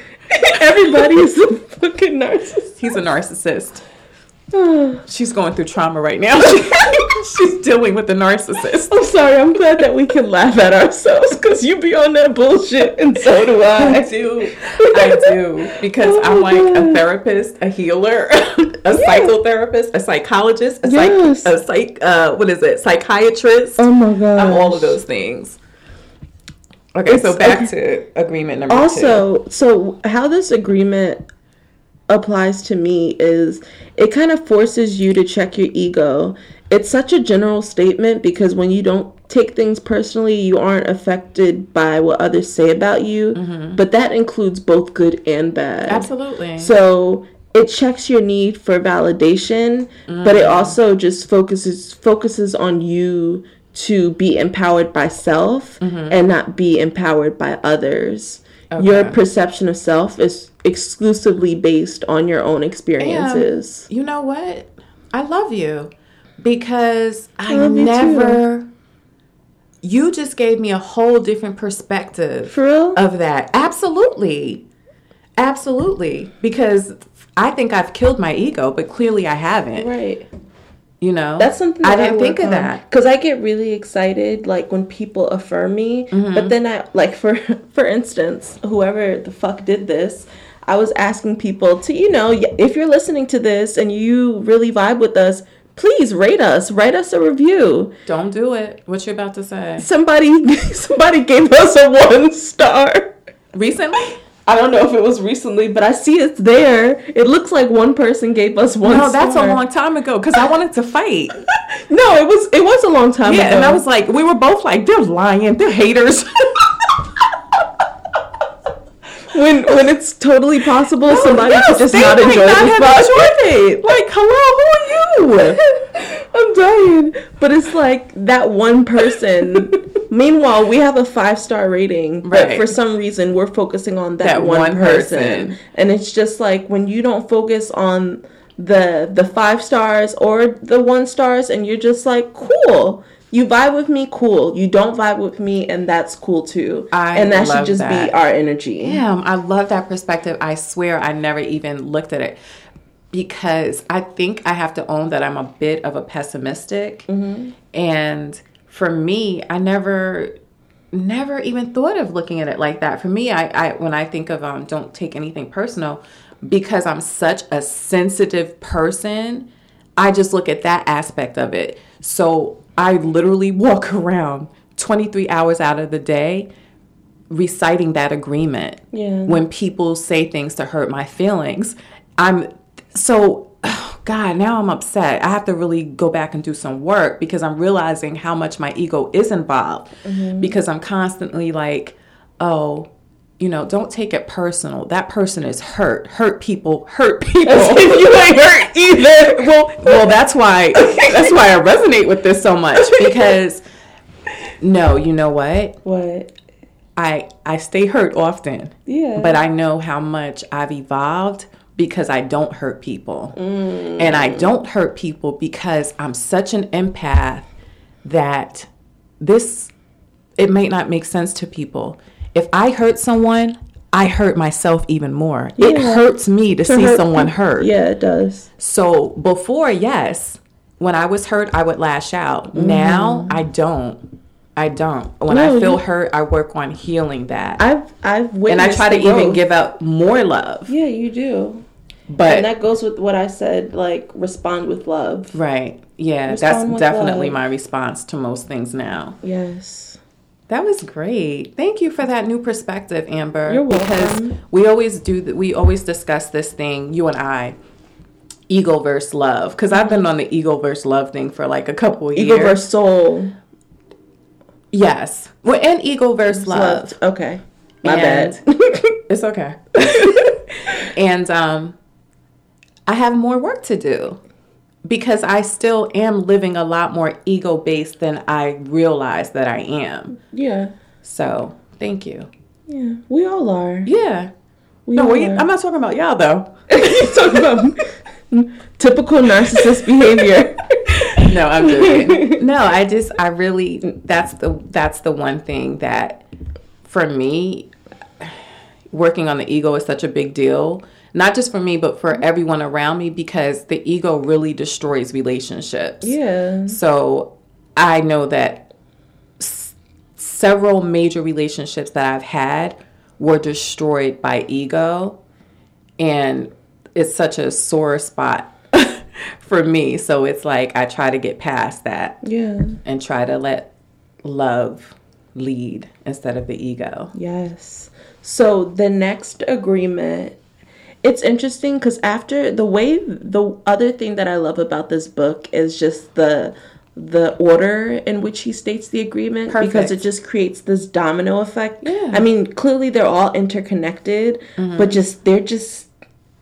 Speaker 2: Everybody is a fucking narcissist. [sighs]
Speaker 3: He's a narcissist.
Speaker 2: I'm
Speaker 3: She's going through trauma right now. [laughs] She's dealing with the narcissist.
Speaker 2: sorry. I'm glad that we can laugh at ourselves because you be on that bullshit, and so do [laughs]
Speaker 3: I
Speaker 2: I.
Speaker 3: do. I do. Because
Speaker 2: Oh
Speaker 3: I'm
Speaker 2: my
Speaker 3: like
Speaker 2: God.
Speaker 3: a therapist, a healer, [laughs] a psychotherapist, a psychologist, a psych,
Speaker 2: Yes.
Speaker 3: a psych uh, what is it, psychiatrist.
Speaker 2: Oh my god.
Speaker 3: I'm all of those things. Okay, so
Speaker 2: It's-
Speaker 3: back to agreement number two.
Speaker 2: also so how this agreement applies to me is it kind of forces you to check your ego it's such a general statement because when you don't take things personally you aren't affected by what
Speaker 3: Mm-hmm.
Speaker 2: others say about you but that includes both good and bad
Speaker 3: Absolutely.
Speaker 2: so it checks your need for validation, but it also just focuses focuses on you to be empowered by self and not be empowered by others. Your perception of self is exclusively based on your own experiences.
Speaker 3: You know what? I love you because I,
Speaker 2: love you
Speaker 3: never. You, just gave me a whole different perspective
Speaker 2: For real?
Speaker 3: of that. Absolutely. Absolutely. Because I think I've killed my ego, but clearly I haven't.
Speaker 2: right.
Speaker 3: You know?
Speaker 2: That's something
Speaker 3: I
Speaker 2: that
Speaker 3: didn't think
Speaker 2: work
Speaker 3: of
Speaker 2: on.
Speaker 3: that.
Speaker 2: because I get really excited like when people affirm me,
Speaker 3: Mm-hmm.
Speaker 2: but then I like for [laughs] for instance, whoever the fuck did this, I was asking people to you know y- if you're listening to this and you really vibe with us, please rate us, write us a review.
Speaker 3: Don't do it. What you're about to say.
Speaker 2: Somebody [laughs] somebody gave us a one star.
Speaker 3: Recently?
Speaker 2: I don't know if it was recently, but I see it's there. It looks like one person gave us one.
Speaker 3: No, that's a
Speaker 2: star.
Speaker 3: long time ago because I wanted to fight.
Speaker 2: No, it was it was a long time ago.
Speaker 3: Yeah, and I was like, we were both like, they're lying, they're haters. [laughs]
Speaker 2: when when it's totally possible somebody
Speaker 3: yes,
Speaker 2: could just
Speaker 3: they
Speaker 2: not
Speaker 3: might
Speaker 2: enjoy
Speaker 3: not
Speaker 2: this
Speaker 3: have
Speaker 2: podcast.
Speaker 3: like, hello, who are [laughs] you?
Speaker 2: I'm dying. But it's like that
Speaker 3: [laughs]
Speaker 2: one person. Meanwhile, we have a five star rating, but
Speaker 3: Right.
Speaker 2: for some reason we're focusing on that,
Speaker 3: That
Speaker 2: one,
Speaker 3: one
Speaker 2: person.
Speaker 3: person.
Speaker 2: And it's just like when you don't focus on the the five stars or the one stars and you're just like, cool. You vibe with me, cool. You don't vibe with me, and that's cool too.
Speaker 3: I
Speaker 2: and that
Speaker 3: love
Speaker 2: should just be
Speaker 3: that.
Speaker 2: our energy.
Speaker 3: Damn, I love that perspective. I swear I never even looked at it because I think I have to own that I'm a bit of a pessimistic. And for me, I never never even thought of looking at it like that. For me, I, I when I think of um don't take anything personal because I'm such a sensitive person, I just look at that aspect of it. So I literally walk [laughs] around 23 hours out of the day reciting that agreement
Speaker 2: Yeah.
Speaker 3: when people say things to hurt my feelings i'm so [sighs] god now i'm upset i have to really go back and do some work because i'm realizing how much my ego is involved
Speaker 2: Mm-hmm.
Speaker 3: because i'm constantly like oh you know don't take it personal that person is hurt hurt people hurt people
Speaker 2: if you ain't hurt either.
Speaker 3: [laughs] well, well, that's why
Speaker 2: [laughs]
Speaker 3: that's why I resonate with this so much because no, you know what?
Speaker 2: What?
Speaker 3: I I stay hurt often.
Speaker 2: Yeah.
Speaker 3: But I know how much I've evolved because I don't hurt people.
Speaker 2: Mm.
Speaker 3: And I don't hurt people because I'm such an empath that this it may not make sense to people. If I hurt someone, I hurt myself even more. It
Speaker 2: Yeah.
Speaker 3: hurts me to, see
Speaker 2: hurt
Speaker 3: someone
Speaker 2: peop-
Speaker 3: hurt.
Speaker 2: Yeah, it does.
Speaker 3: So before, yes, when I was hurt, I would lash out. Now I don't. I don't. When
Speaker 2: Mm-hmm. No,
Speaker 3: I feel
Speaker 2: you-
Speaker 3: hurt, I work on healing that.
Speaker 2: I've I've witnessed
Speaker 3: and I try to
Speaker 2: the growth.
Speaker 3: even give out more love.
Speaker 2: Yeah, you do.
Speaker 3: But
Speaker 2: And that goes with what I said, like respond with love.
Speaker 3: right. Yeah,
Speaker 2: Respond
Speaker 3: that's
Speaker 2: with
Speaker 3: definitely
Speaker 2: love.
Speaker 3: my response to most things now.
Speaker 2: Yes.
Speaker 3: That was great. Thank you for that new perspective, Amber.
Speaker 2: You're
Speaker 3: Because
Speaker 2: welcome.
Speaker 3: we always do th- we always discuss this thing, you and I, ego versus love. Because I've been on the ego versus love thing for like a couple years.
Speaker 2: Ego versus soul.
Speaker 3: Yes. Well, and ego versus love.
Speaker 2: Okay. My
Speaker 3: And-
Speaker 2: bad.
Speaker 3: [laughs] It's okay. and um, I have more work to do because I still am living a lot more ego based than I realize that I am.
Speaker 2: yeah.
Speaker 3: So thank you.
Speaker 2: Yeah. We all [laughs] are.
Speaker 3: Yeah.
Speaker 2: We
Speaker 3: No,
Speaker 2: all
Speaker 3: we,
Speaker 2: are.
Speaker 3: I'm not talking about y'all though.
Speaker 2: talking about [laughs] typical narcissist behavior.
Speaker 3: No, I'm joking. no, I just I really that's the that's the one thing that for me working on the ego is such a big deal. Not just for me, but for everyone around me because the ego really destroys relationships.
Speaker 2: [laughs] yeah.
Speaker 3: So I know that s- several major relationships that I've had were destroyed by ego, and it's such a sore spot [laughs] for me. So it's like I try to get past that
Speaker 2: Yeah.
Speaker 3: and try to let love lead instead of the ego.
Speaker 2: Yes. So the next agreement, it's interesting because after the way the other thing that I love about this book is just the the order in which he states the agreement because
Speaker 3: Perfect.
Speaker 2: it just creates this domino effect.
Speaker 3: Yeah. Mm-hmm.
Speaker 2: I mean, clearly they're all interconnected, but just they're just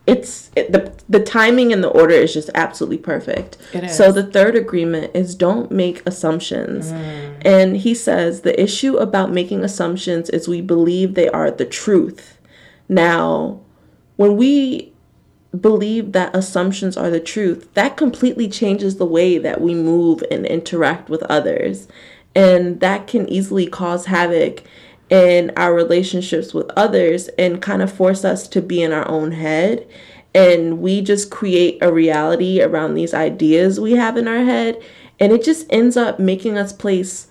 Speaker 2: it's it, the the timing and the order is just absolutely perfect.
Speaker 3: It
Speaker 2: So
Speaker 3: is.
Speaker 2: the third agreement is don't make assumptions.
Speaker 3: Mm.
Speaker 2: And he says the issue about making assumptions is we believe they are the truth. Now, when we believe that assumptions are the truth, that completely changes the way that we move and interact with others. And that can easily cause havoc in our relationships with others and kind of force us to be in our own head. And we just create a reality around these ideas we have in our head. And it just ends up making us place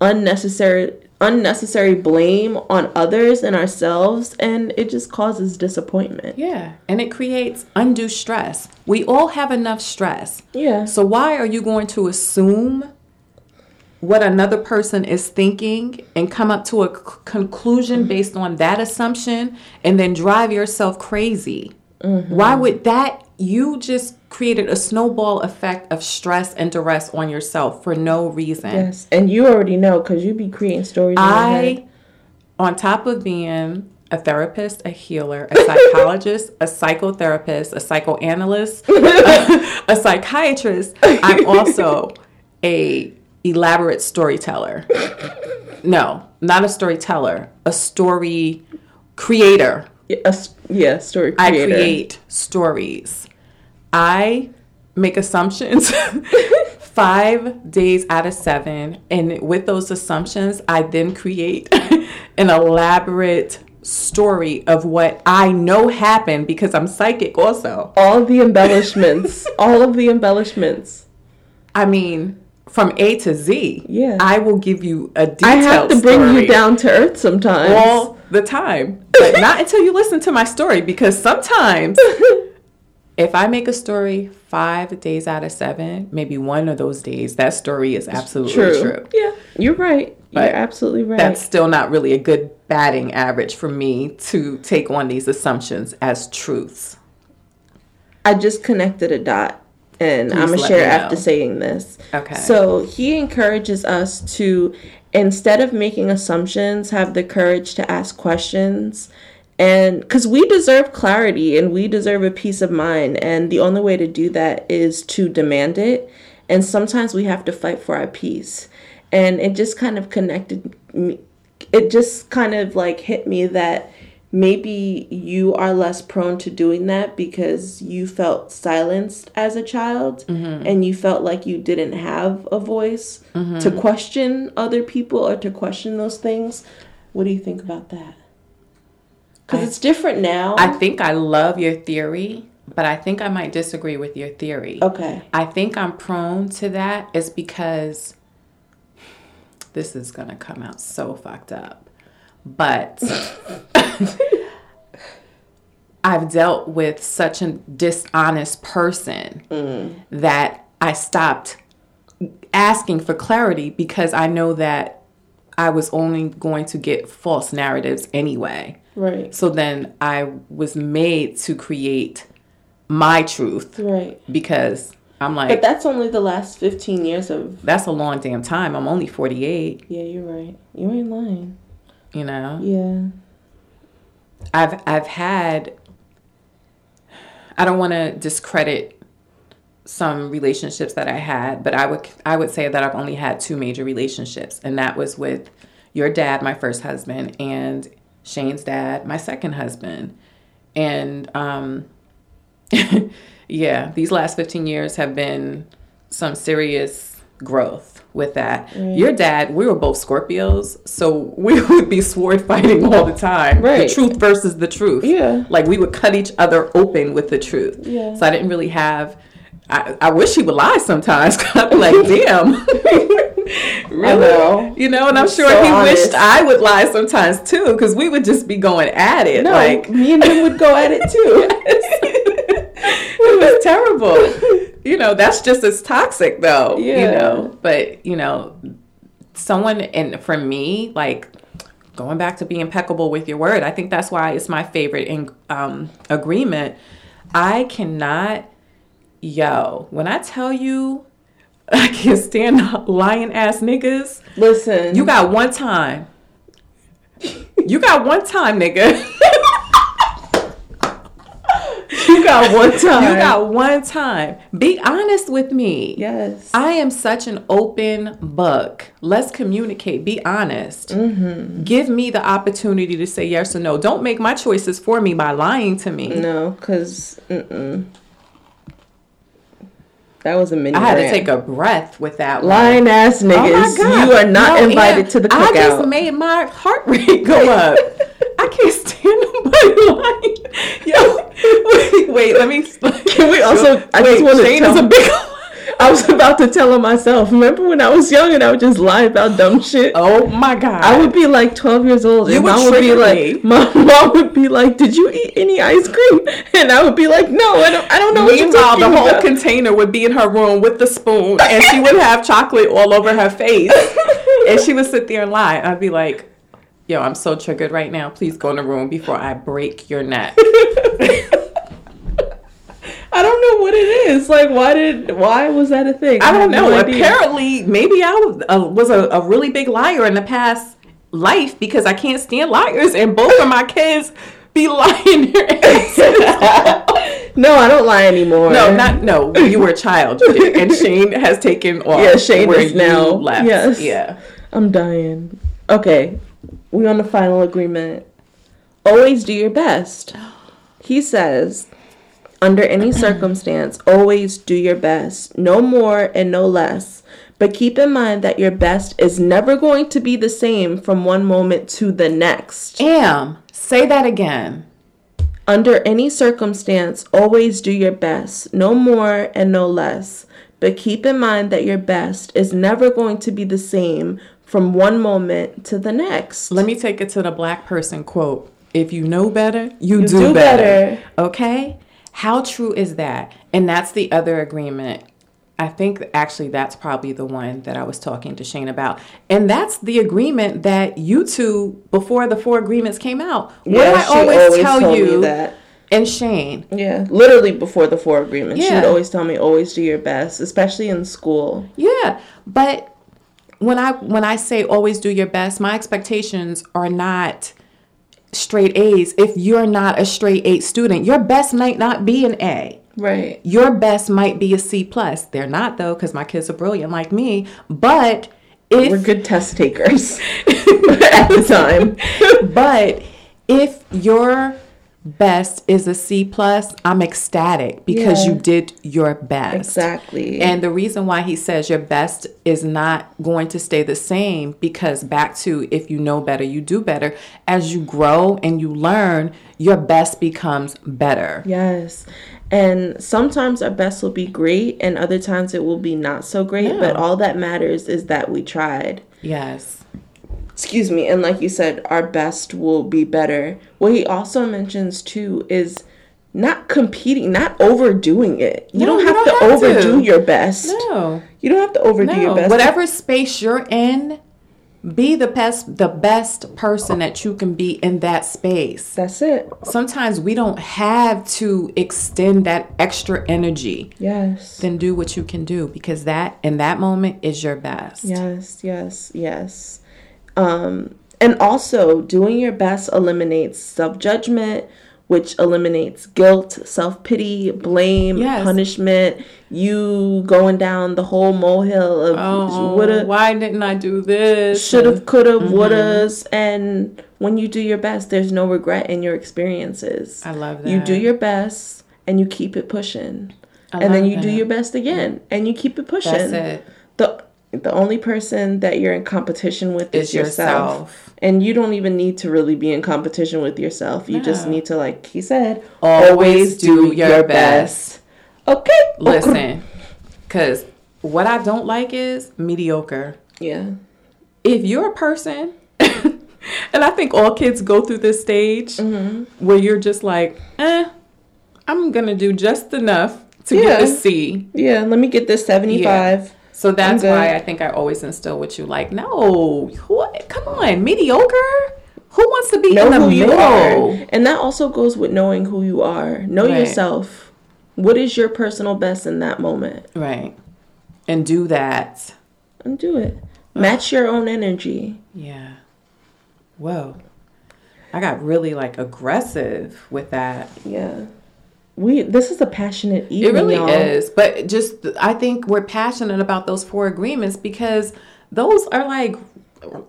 Speaker 2: unnecessary unnecessary blame on others and ourselves and it just causes disappointment.
Speaker 3: Yeah, and it creates undue stress. We all have enough stress.
Speaker 2: Yeah.
Speaker 3: So why are you going to assume what another person is thinking and come up to a c- conclusion based on that assumption and then drive yourself crazy? Why would that you just created a snowball effect of stress and duress on yourself for no reason?
Speaker 2: Yes, and you already know because you be creating stories. in your head.
Speaker 3: I, on top of being a therapist, a healer, a psychologist, a psychotherapist, a
Speaker 2: [laughs]
Speaker 3: psychoanalyst, a, psychiatrist, I'm also a elaborate storyteller. No, not a storyteller, a story creator.
Speaker 2: Yeah, a s- yeah, story
Speaker 3: I
Speaker 2: creator.
Speaker 3: create stories. I make assumptions [laughs] five days out of seven. And with those assumptions, I then create [laughs] an elaborate story of what I know happened because I'm psychic, also.
Speaker 2: all the embellishments, [laughs] all of the embellishments.
Speaker 3: I mean, from A to Z,
Speaker 2: Yeah.
Speaker 3: I will give you a detailed
Speaker 2: I have to bring
Speaker 3: story.
Speaker 2: you down to earth sometimes.
Speaker 3: all the time. But not until you listen to my story because sometimes [laughs] if I make a story five days out of seven, maybe one of those days, that story is absolutely
Speaker 2: true.
Speaker 3: true.
Speaker 2: Yeah, you're right.
Speaker 3: But
Speaker 2: you're absolutely right.
Speaker 3: That's still not really a good batting average for me to take on these assumptions as truths.
Speaker 2: I just connected a dot and I'm gonna
Speaker 3: let
Speaker 2: share
Speaker 3: me know.
Speaker 2: after saying this.
Speaker 3: Okay.
Speaker 2: So he encourages us to instead of making assumptions, have the courage to ask questions and because we deserve clarity and we deserve a peace of mind and the only way to do that is to demand it and sometimes we have to fight for our peace and it just kind of connected me it just kind of like hit me that maybe you are less prone to doing that because you felt silenced as a child
Speaker 3: Mm-hmm.
Speaker 2: and you felt like you didn't have a voice to question other people or to question those things. What do you think about that? Because it's different now.
Speaker 3: I think I love your theory, but I think I might disagree with your theory.
Speaker 2: okay.
Speaker 3: I think I'm prone to that is because this is going to come out so fucked up. But [laughs] I've dealt with such a dishonest person that I stopped asking for clarity because I know that I was only going to get false narratives anyway.
Speaker 2: Right.
Speaker 3: So then I was made to create my truth
Speaker 2: Right.
Speaker 3: because I'm like,
Speaker 2: But that's only the last 15 years of.
Speaker 3: that's a long damn time. I'm only 48,
Speaker 2: Yeah, you're right. You ain't lying.
Speaker 3: you know.
Speaker 2: Yeah.
Speaker 3: I've I've had I don't want to discredit some relationships that I had, but I would I would say that I've only had two major relationships, and that was with your dad, my first husband, and Shane's dad, my second husband. And um [laughs] yeah, these last 15 years have been some serious growth with that. Your dad, we were both Scorpios, so [laughs] we would be sword fighting all the time.
Speaker 2: Right.
Speaker 3: The truth versus the truth.
Speaker 2: Yeah.
Speaker 3: Like we would cut each other open with the truth.
Speaker 2: Yeah.
Speaker 3: So I didn't really have. I, I wish he would lie sometimes. [laughs] 'cause I'd be like,
Speaker 2: [laughs]
Speaker 3: damn. really?
Speaker 2: know.
Speaker 3: You know, and I'm sure
Speaker 2: so
Speaker 3: he
Speaker 2: honest.
Speaker 3: wished I would lie sometimes too, because we would just be going at it.
Speaker 2: No,
Speaker 3: like,
Speaker 2: me and him would go at it
Speaker 3: [laughs]
Speaker 2: too.
Speaker 3: it was terrible. You know, that's just as toxic though.
Speaker 2: Yeah.
Speaker 3: You know, but you know, someone and for me, like going back to be impeccable with your word, I think that's why it's my favorite in, um, agreement. I cannot, yo, when I tell you, I can't stand lying ass niggas.
Speaker 2: Listen.
Speaker 3: You got one time.
Speaker 2: [laughs]
Speaker 3: You got one time, nigga.
Speaker 2: got one time.
Speaker 3: You got one time. Be honest with me.
Speaker 2: Yes.
Speaker 3: I am such an open book. Let's communicate. Be honest.
Speaker 2: Mm-hmm.
Speaker 3: Give me the opportunity to say yes or no. Don't make my choices for me by lying to me.
Speaker 2: No, because mm-mm. that was a mini.
Speaker 3: I had to
Speaker 2: rant.
Speaker 3: take a breath with that one.
Speaker 2: lying ass
Speaker 3: Oh my
Speaker 2: niggas.
Speaker 3: God.
Speaker 2: you are not
Speaker 3: No,
Speaker 2: invited
Speaker 3: and
Speaker 2: to the
Speaker 3: I just
Speaker 2: cookout.
Speaker 3: made my heart rate go up. I can't stand nobody [laughs] lying. Yo, wait, wait, let me.
Speaker 2: Can we also? I just want to
Speaker 3: Shane is
Speaker 2: tell.
Speaker 3: a big.
Speaker 2: [laughs]
Speaker 3: [laughs]
Speaker 2: I was about to tell on myself. Remember when I was young and I would just lie about dumb shit.
Speaker 3: Oh my god!
Speaker 2: I would be like 12 years old,
Speaker 3: You
Speaker 2: and
Speaker 3: would
Speaker 2: mom would be
Speaker 3: trigger
Speaker 2: like,
Speaker 3: me.
Speaker 2: my [laughs] mom would be like, "Did you eat any ice cream?" And I would be like, "No, I don't. I don't know what you're
Speaker 3: Meanwhile,
Speaker 2: talking
Speaker 3: the whole
Speaker 2: about."
Speaker 3: container would be in her room with the spoon, and she would have chocolate all over her face, and she would sit there and lie. I'd be like, "Yo, I'm so triggered right now. Please go in the room before I break your neck."
Speaker 2: [laughs] I don't know what it is. Like, why did? Why was that a thing?
Speaker 3: I don't
Speaker 2: have
Speaker 3: know.
Speaker 2: no idea.
Speaker 3: Apparently, maybe I was, uh, was a, a really big liar in the past life because I can't stand liars, and both of my kids be [laughs] lying their asses off.
Speaker 2: No, I don't lie anymore.
Speaker 3: No, not no. You were a child, you did. and Shane has taken off.
Speaker 2: Yeah, Shane
Speaker 3: where
Speaker 2: is
Speaker 3: you
Speaker 2: now-
Speaker 3: left.
Speaker 2: yes.
Speaker 3: Yeah.
Speaker 2: I'm dying. Okay, we on the final agreement. Always do your best. He says,
Speaker 3: [clears throat]
Speaker 2: under any circumstance, always do your best, no more and no less. But keep in mind that your best is never going to be the same from one moment to the next.
Speaker 3: Am. Say that again.
Speaker 2: Under any circumstance, always do your best, no more and no less. But keep in mind that your best is never going to be the same from one moment to the next.
Speaker 3: Let me take it to the black person quote. If you know better, you, do,
Speaker 2: do
Speaker 3: better.
Speaker 2: better.
Speaker 3: Okay? How true is that? And that's the other agreement. I think actually that's probably the one that I was talking to Shane about. And that's the agreement that you two, before the four agreements came out, what
Speaker 2: Yeah,
Speaker 3: I
Speaker 2: she
Speaker 3: always,
Speaker 2: always
Speaker 3: tell
Speaker 2: told me
Speaker 3: you
Speaker 2: that.
Speaker 3: and Shane,
Speaker 2: Yeah, literally before the four agreements, she would
Speaker 3: Yeah.
Speaker 2: always tell me, always do your best, especially in school.
Speaker 3: Yeah, but when I when I say always do your best, my expectations are not straight A's. If you're not a straight eight student, your best might not be an A.
Speaker 2: Right.
Speaker 3: Your best might be a C plus. They're not though, because my kids are brilliant like me. But if
Speaker 2: We're good test [laughs] takers at the time.
Speaker 3: but if your best is a C plus, I'm ecstatic because
Speaker 2: Yeah.
Speaker 3: you did your best.
Speaker 2: Exactly.
Speaker 3: And the reason why he says your best is not going to stay the same because back to if you know better, you do better. As you grow and you learn, your best becomes better.
Speaker 2: Yes. And sometimes our best will be great, and other times it will be not so great. But all that matters is that we tried.
Speaker 3: Yes.
Speaker 2: Excuse me. And like you said, our best will be better. What he also mentions too is not competing, not overdoing it.
Speaker 3: No,
Speaker 2: You don't
Speaker 3: you
Speaker 2: have
Speaker 3: don't
Speaker 2: to
Speaker 3: have to.
Speaker 2: overdo your best.
Speaker 3: No.
Speaker 2: You don't have to overdo
Speaker 3: No.
Speaker 2: your best.
Speaker 3: Whatever space you're in, be the best the best person that you can be in that space.
Speaker 2: That's it.
Speaker 3: Sometimes we don't have to extend that extra energy.
Speaker 2: Yes.
Speaker 3: Then do what you can do because that in that moment is your best.
Speaker 2: Yes, yes, yes. Um, and also, doing your best eliminates self judgment, which eliminates guilt, self pity, blame,
Speaker 3: Yes.
Speaker 2: punishment. You going down the whole molehill of
Speaker 3: Oh,
Speaker 2: woulda,
Speaker 3: why didn't I do this?
Speaker 2: shoulda, coulda,
Speaker 3: Mm-hmm.
Speaker 2: wouldas. And when you do your best, there's no regret in your experiences.
Speaker 3: I love
Speaker 2: You do
Speaker 3: that.
Speaker 2: your best and you keep it pushing.
Speaker 3: I
Speaker 2: and then
Speaker 3: love
Speaker 2: you do
Speaker 3: that.
Speaker 2: your best again and you keep it pushing
Speaker 3: That's it.
Speaker 2: the the only person that you're in competition with is,
Speaker 3: Is
Speaker 2: yourself.
Speaker 3: yourself.
Speaker 2: and you don't even need to really be in competition with yourself you just
Speaker 3: No.
Speaker 2: need to like he said
Speaker 3: Always do your best.
Speaker 2: okay
Speaker 3: Listen, because what I don't like is mediocre.
Speaker 2: [laughs] yeah
Speaker 3: If you're a person, [laughs] and I think all kids go through this stage
Speaker 2: Mm-hmm.
Speaker 3: where you're just like, eh, I'm gonna do just enough to get a
Speaker 2: Yeah.
Speaker 3: C.
Speaker 2: yeah let me get this 75
Speaker 3: So that's
Speaker 2: good.
Speaker 3: why I think I always instill with you like, no, who, come on, mediocre. Who wants to be in
Speaker 2: know
Speaker 3: the
Speaker 2: who you
Speaker 3: middle?
Speaker 2: are and that also goes with knowing who you are know
Speaker 3: Right.
Speaker 2: yourself what is your personal best in that moment
Speaker 3: Right. And do that.
Speaker 2: and do it match your own energy
Speaker 3: Yeah. Whoa. I got really like aggressive with that.
Speaker 2: yeah we this is a passionate
Speaker 3: It
Speaker 2: evening.
Speaker 3: really
Speaker 2: y'all.
Speaker 3: is. But just, I think we're passionate about those four agreements because those are like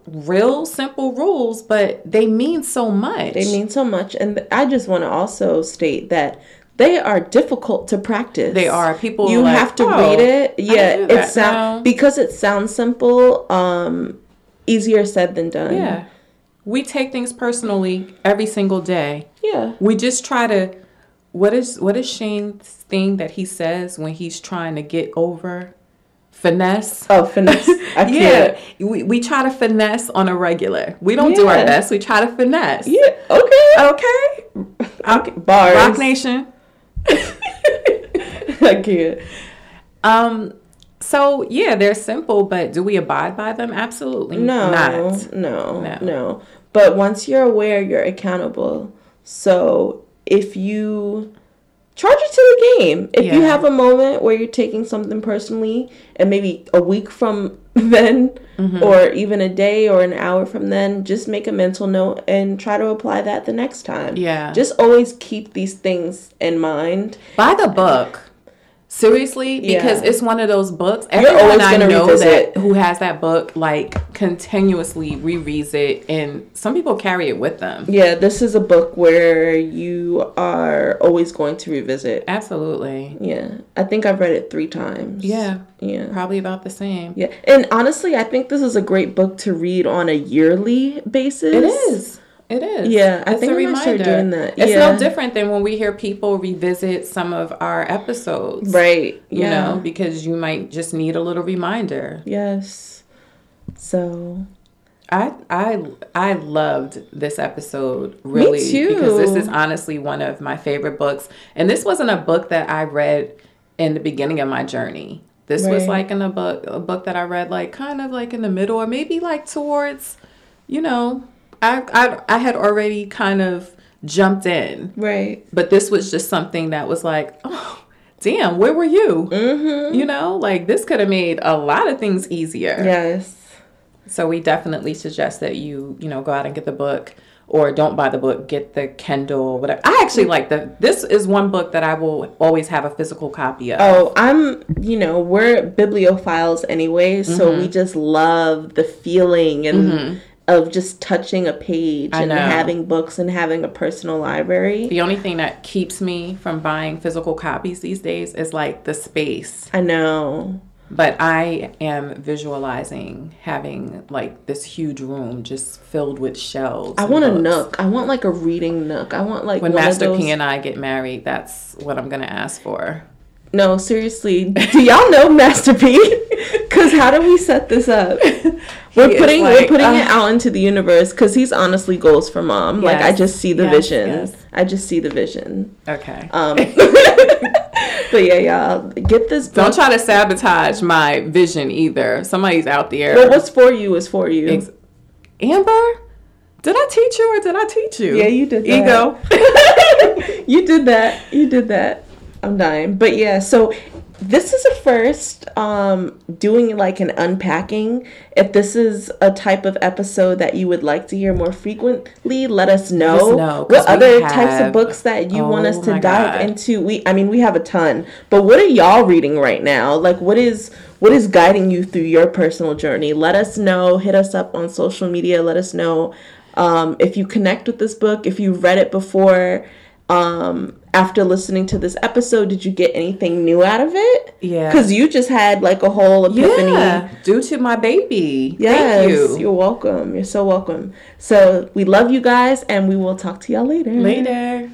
Speaker 3: real simple rules, but they mean so much.
Speaker 2: They mean so much, and I just want to also state that they are difficult to practice.
Speaker 3: They are. People
Speaker 2: You
Speaker 3: are like,
Speaker 2: have to
Speaker 3: "Oh,
Speaker 2: read it.
Speaker 3: I
Speaker 2: Yeah,
Speaker 3: didn't do
Speaker 2: it
Speaker 3: that." No.
Speaker 2: sounds because it sounds simple. Um, easier said than done.
Speaker 3: yeah. We take things personally every single day.
Speaker 2: yeah.
Speaker 3: We just try to. What is what is Shane's thing that he says when he's trying to get over finesse?
Speaker 2: Oh, finesse. I can't.
Speaker 3: [laughs] yeah, we, we try to finesse on a regular. We don't do our
Speaker 2: Yeah.
Speaker 3: best. We try to finesse.
Speaker 2: Yeah. Okay.
Speaker 3: Okay.
Speaker 2: okay. Bars.
Speaker 3: Rock Nation.
Speaker 2: [laughs] I can't.
Speaker 3: Um. So yeah, they're simple, but do we abide by them? Absolutely
Speaker 2: No,
Speaker 3: not.
Speaker 2: no,
Speaker 3: No.
Speaker 2: no, But once you're aware, you're accountable. So if you charge it to the game, if you
Speaker 3: Yeah.
Speaker 2: have a moment where you're taking something personally, and maybe a week from [laughs] then,
Speaker 3: Mm-hmm.
Speaker 2: or even a day or an hour from then, just make a mental note and try to apply that the next time.
Speaker 3: Yeah.
Speaker 2: Just always keep these things in mind.
Speaker 3: Buy the book. Seriously, because
Speaker 2: Yeah.
Speaker 3: it's one of those books. Everyone
Speaker 2: always
Speaker 3: I
Speaker 2: gonna
Speaker 3: know
Speaker 2: revisit.
Speaker 3: that who has that book like continuously rereads it, and some people carry it with them.
Speaker 2: Yeah, this is a book where you are always going to revisit.
Speaker 3: Absolutely,
Speaker 2: Yeah, I think I've read it three times.
Speaker 3: Yeah.
Speaker 2: Yeah.
Speaker 3: probably about the same.
Speaker 2: Yeah, and honestly, I think this is a great book to read on a yearly basis.
Speaker 3: It is. It is.
Speaker 2: Yeah, I
Speaker 3: It's
Speaker 2: think
Speaker 3: a
Speaker 2: I'm gonna start
Speaker 3: reminder.
Speaker 2: doing that.
Speaker 3: It's
Speaker 2: Yeah.
Speaker 3: no different than when we hear people revisit some of our episodes,
Speaker 2: right.
Speaker 3: You
Speaker 2: yeah.
Speaker 3: know, because you might just need a little reminder.
Speaker 2: Yes. So
Speaker 3: I I I loved this episode really
Speaker 2: too.
Speaker 3: because this is honestly one of my favorite books. And this wasn't a book that I read in the beginning of my journey. This was
Speaker 2: Right.
Speaker 3: like in a book a book that I read like kind of like in the middle or maybe like towards, you know, I I I had already kind of jumped in.
Speaker 2: right.
Speaker 3: But this was just something that was like, [laughs] oh, damn, where were you? Mm-hmm. You know, like this could have made a lot of things easier.
Speaker 2: Yes.
Speaker 3: So we definitely suggest that you, you know, go out and get the book or don't buy the book, get the Kindle, whatever. I actually like the this is one book that I will always have a physical copy of.
Speaker 2: Oh, I'm. You know, we're bibliophiles anyway, so
Speaker 3: Mm-hmm.
Speaker 2: we just love the feeling and of just touching a page and
Speaker 3: know.
Speaker 2: having books and having a personal library.
Speaker 3: The only thing that keeps me from buying physical copies these days is like the space.
Speaker 2: I know.
Speaker 3: But I am visualizing having like this huge room just filled with shelves.
Speaker 2: I want a nook. I want like a reading nook. I want like
Speaker 3: When
Speaker 2: one of
Speaker 3: Master
Speaker 2: those-
Speaker 3: P and I get married, that's what I'm gonna ask for.
Speaker 2: No, seriously. Do y'all know Master P? [laughs] Because how do we set this up? We're
Speaker 3: [laughs] He is
Speaker 2: putting we're
Speaker 3: like,
Speaker 2: putting it
Speaker 3: uh,
Speaker 2: out into the universe because he's honestly goals for mom. like I
Speaker 3: Yes,
Speaker 2: just see the
Speaker 3: yes,
Speaker 2: vision.
Speaker 3: yes.
Speaker 2: I just see the vision.
Speaker 3: Okay. [laughs]
Speaker 2: Um, [laughs] but yeah, y'all get this.
Speaker 3: Don't
Speaker 2: Book.
Speaker 3: try to sabotage my vision either. Somebody's out there.
Speaker 2: Well, what's for you is for you.
Speaker 3: Ex- Amber, did I teach you or did I teach you?
Speaker 2: Yeah, you did that.
Speaker 3: Ego. [laughs]
Speaker 2: you did that. You did that. I'm dying. But yeah, so this is a first um doing like an unpacking. If this is a type of episode that you would like to hear more frequently, let us know.
Speaker 3: us know, 'cause
Speaker 2: what
Speaker 3: we
Speaker 2: other types
Speaker 3: have-
Speaker 2: of books that you want us
Speaker 3: Oh
Speaker 2: to
Speaker 3: my
Speaker 2: dive
Speaker 3: God.
Speaker 2: into? We I mean, we have a ton. But what are y'all reading right now? Like what is what is guiding you through your personal journey? Let us know. Hit us up on social media. Let us know um, if you connect with this book, if you read it before, um, after listening to this episode, did you get anything new out of it?
Speaker 3: Yeah.
Speaker 2: Because you just had like a whole epiphany.
Speaker 3: yeah. Due to my baby.
Speaker 2: Yes,
Speaker 3: Thank you.
Speaker 2: you're welcome. You're so welcome. So we love you guys, and we will talk to y'all later.
Speaker 3: Later.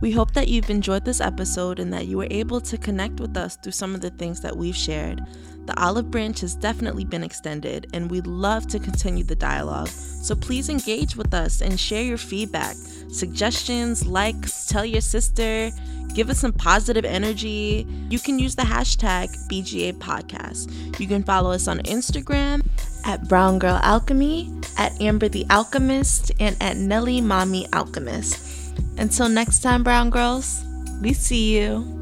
Speaker 4: We hope that you've enjoyed this episode and that you were able to connect with us through some of the things that we've shared. The olive branch has definitely been extended, and we'd love to continue the dialogue. So please engage with us and share your feedback, suggestions, likes, tell your sister, give us some positive energy. You can use the hashtag BGA Podcast. You can follow us on Instagram at Brown Girl Alchemy, at Amber the Alchemist, and at Nelly Mommy Alchemist. Until next time, Brown Girls, we see you.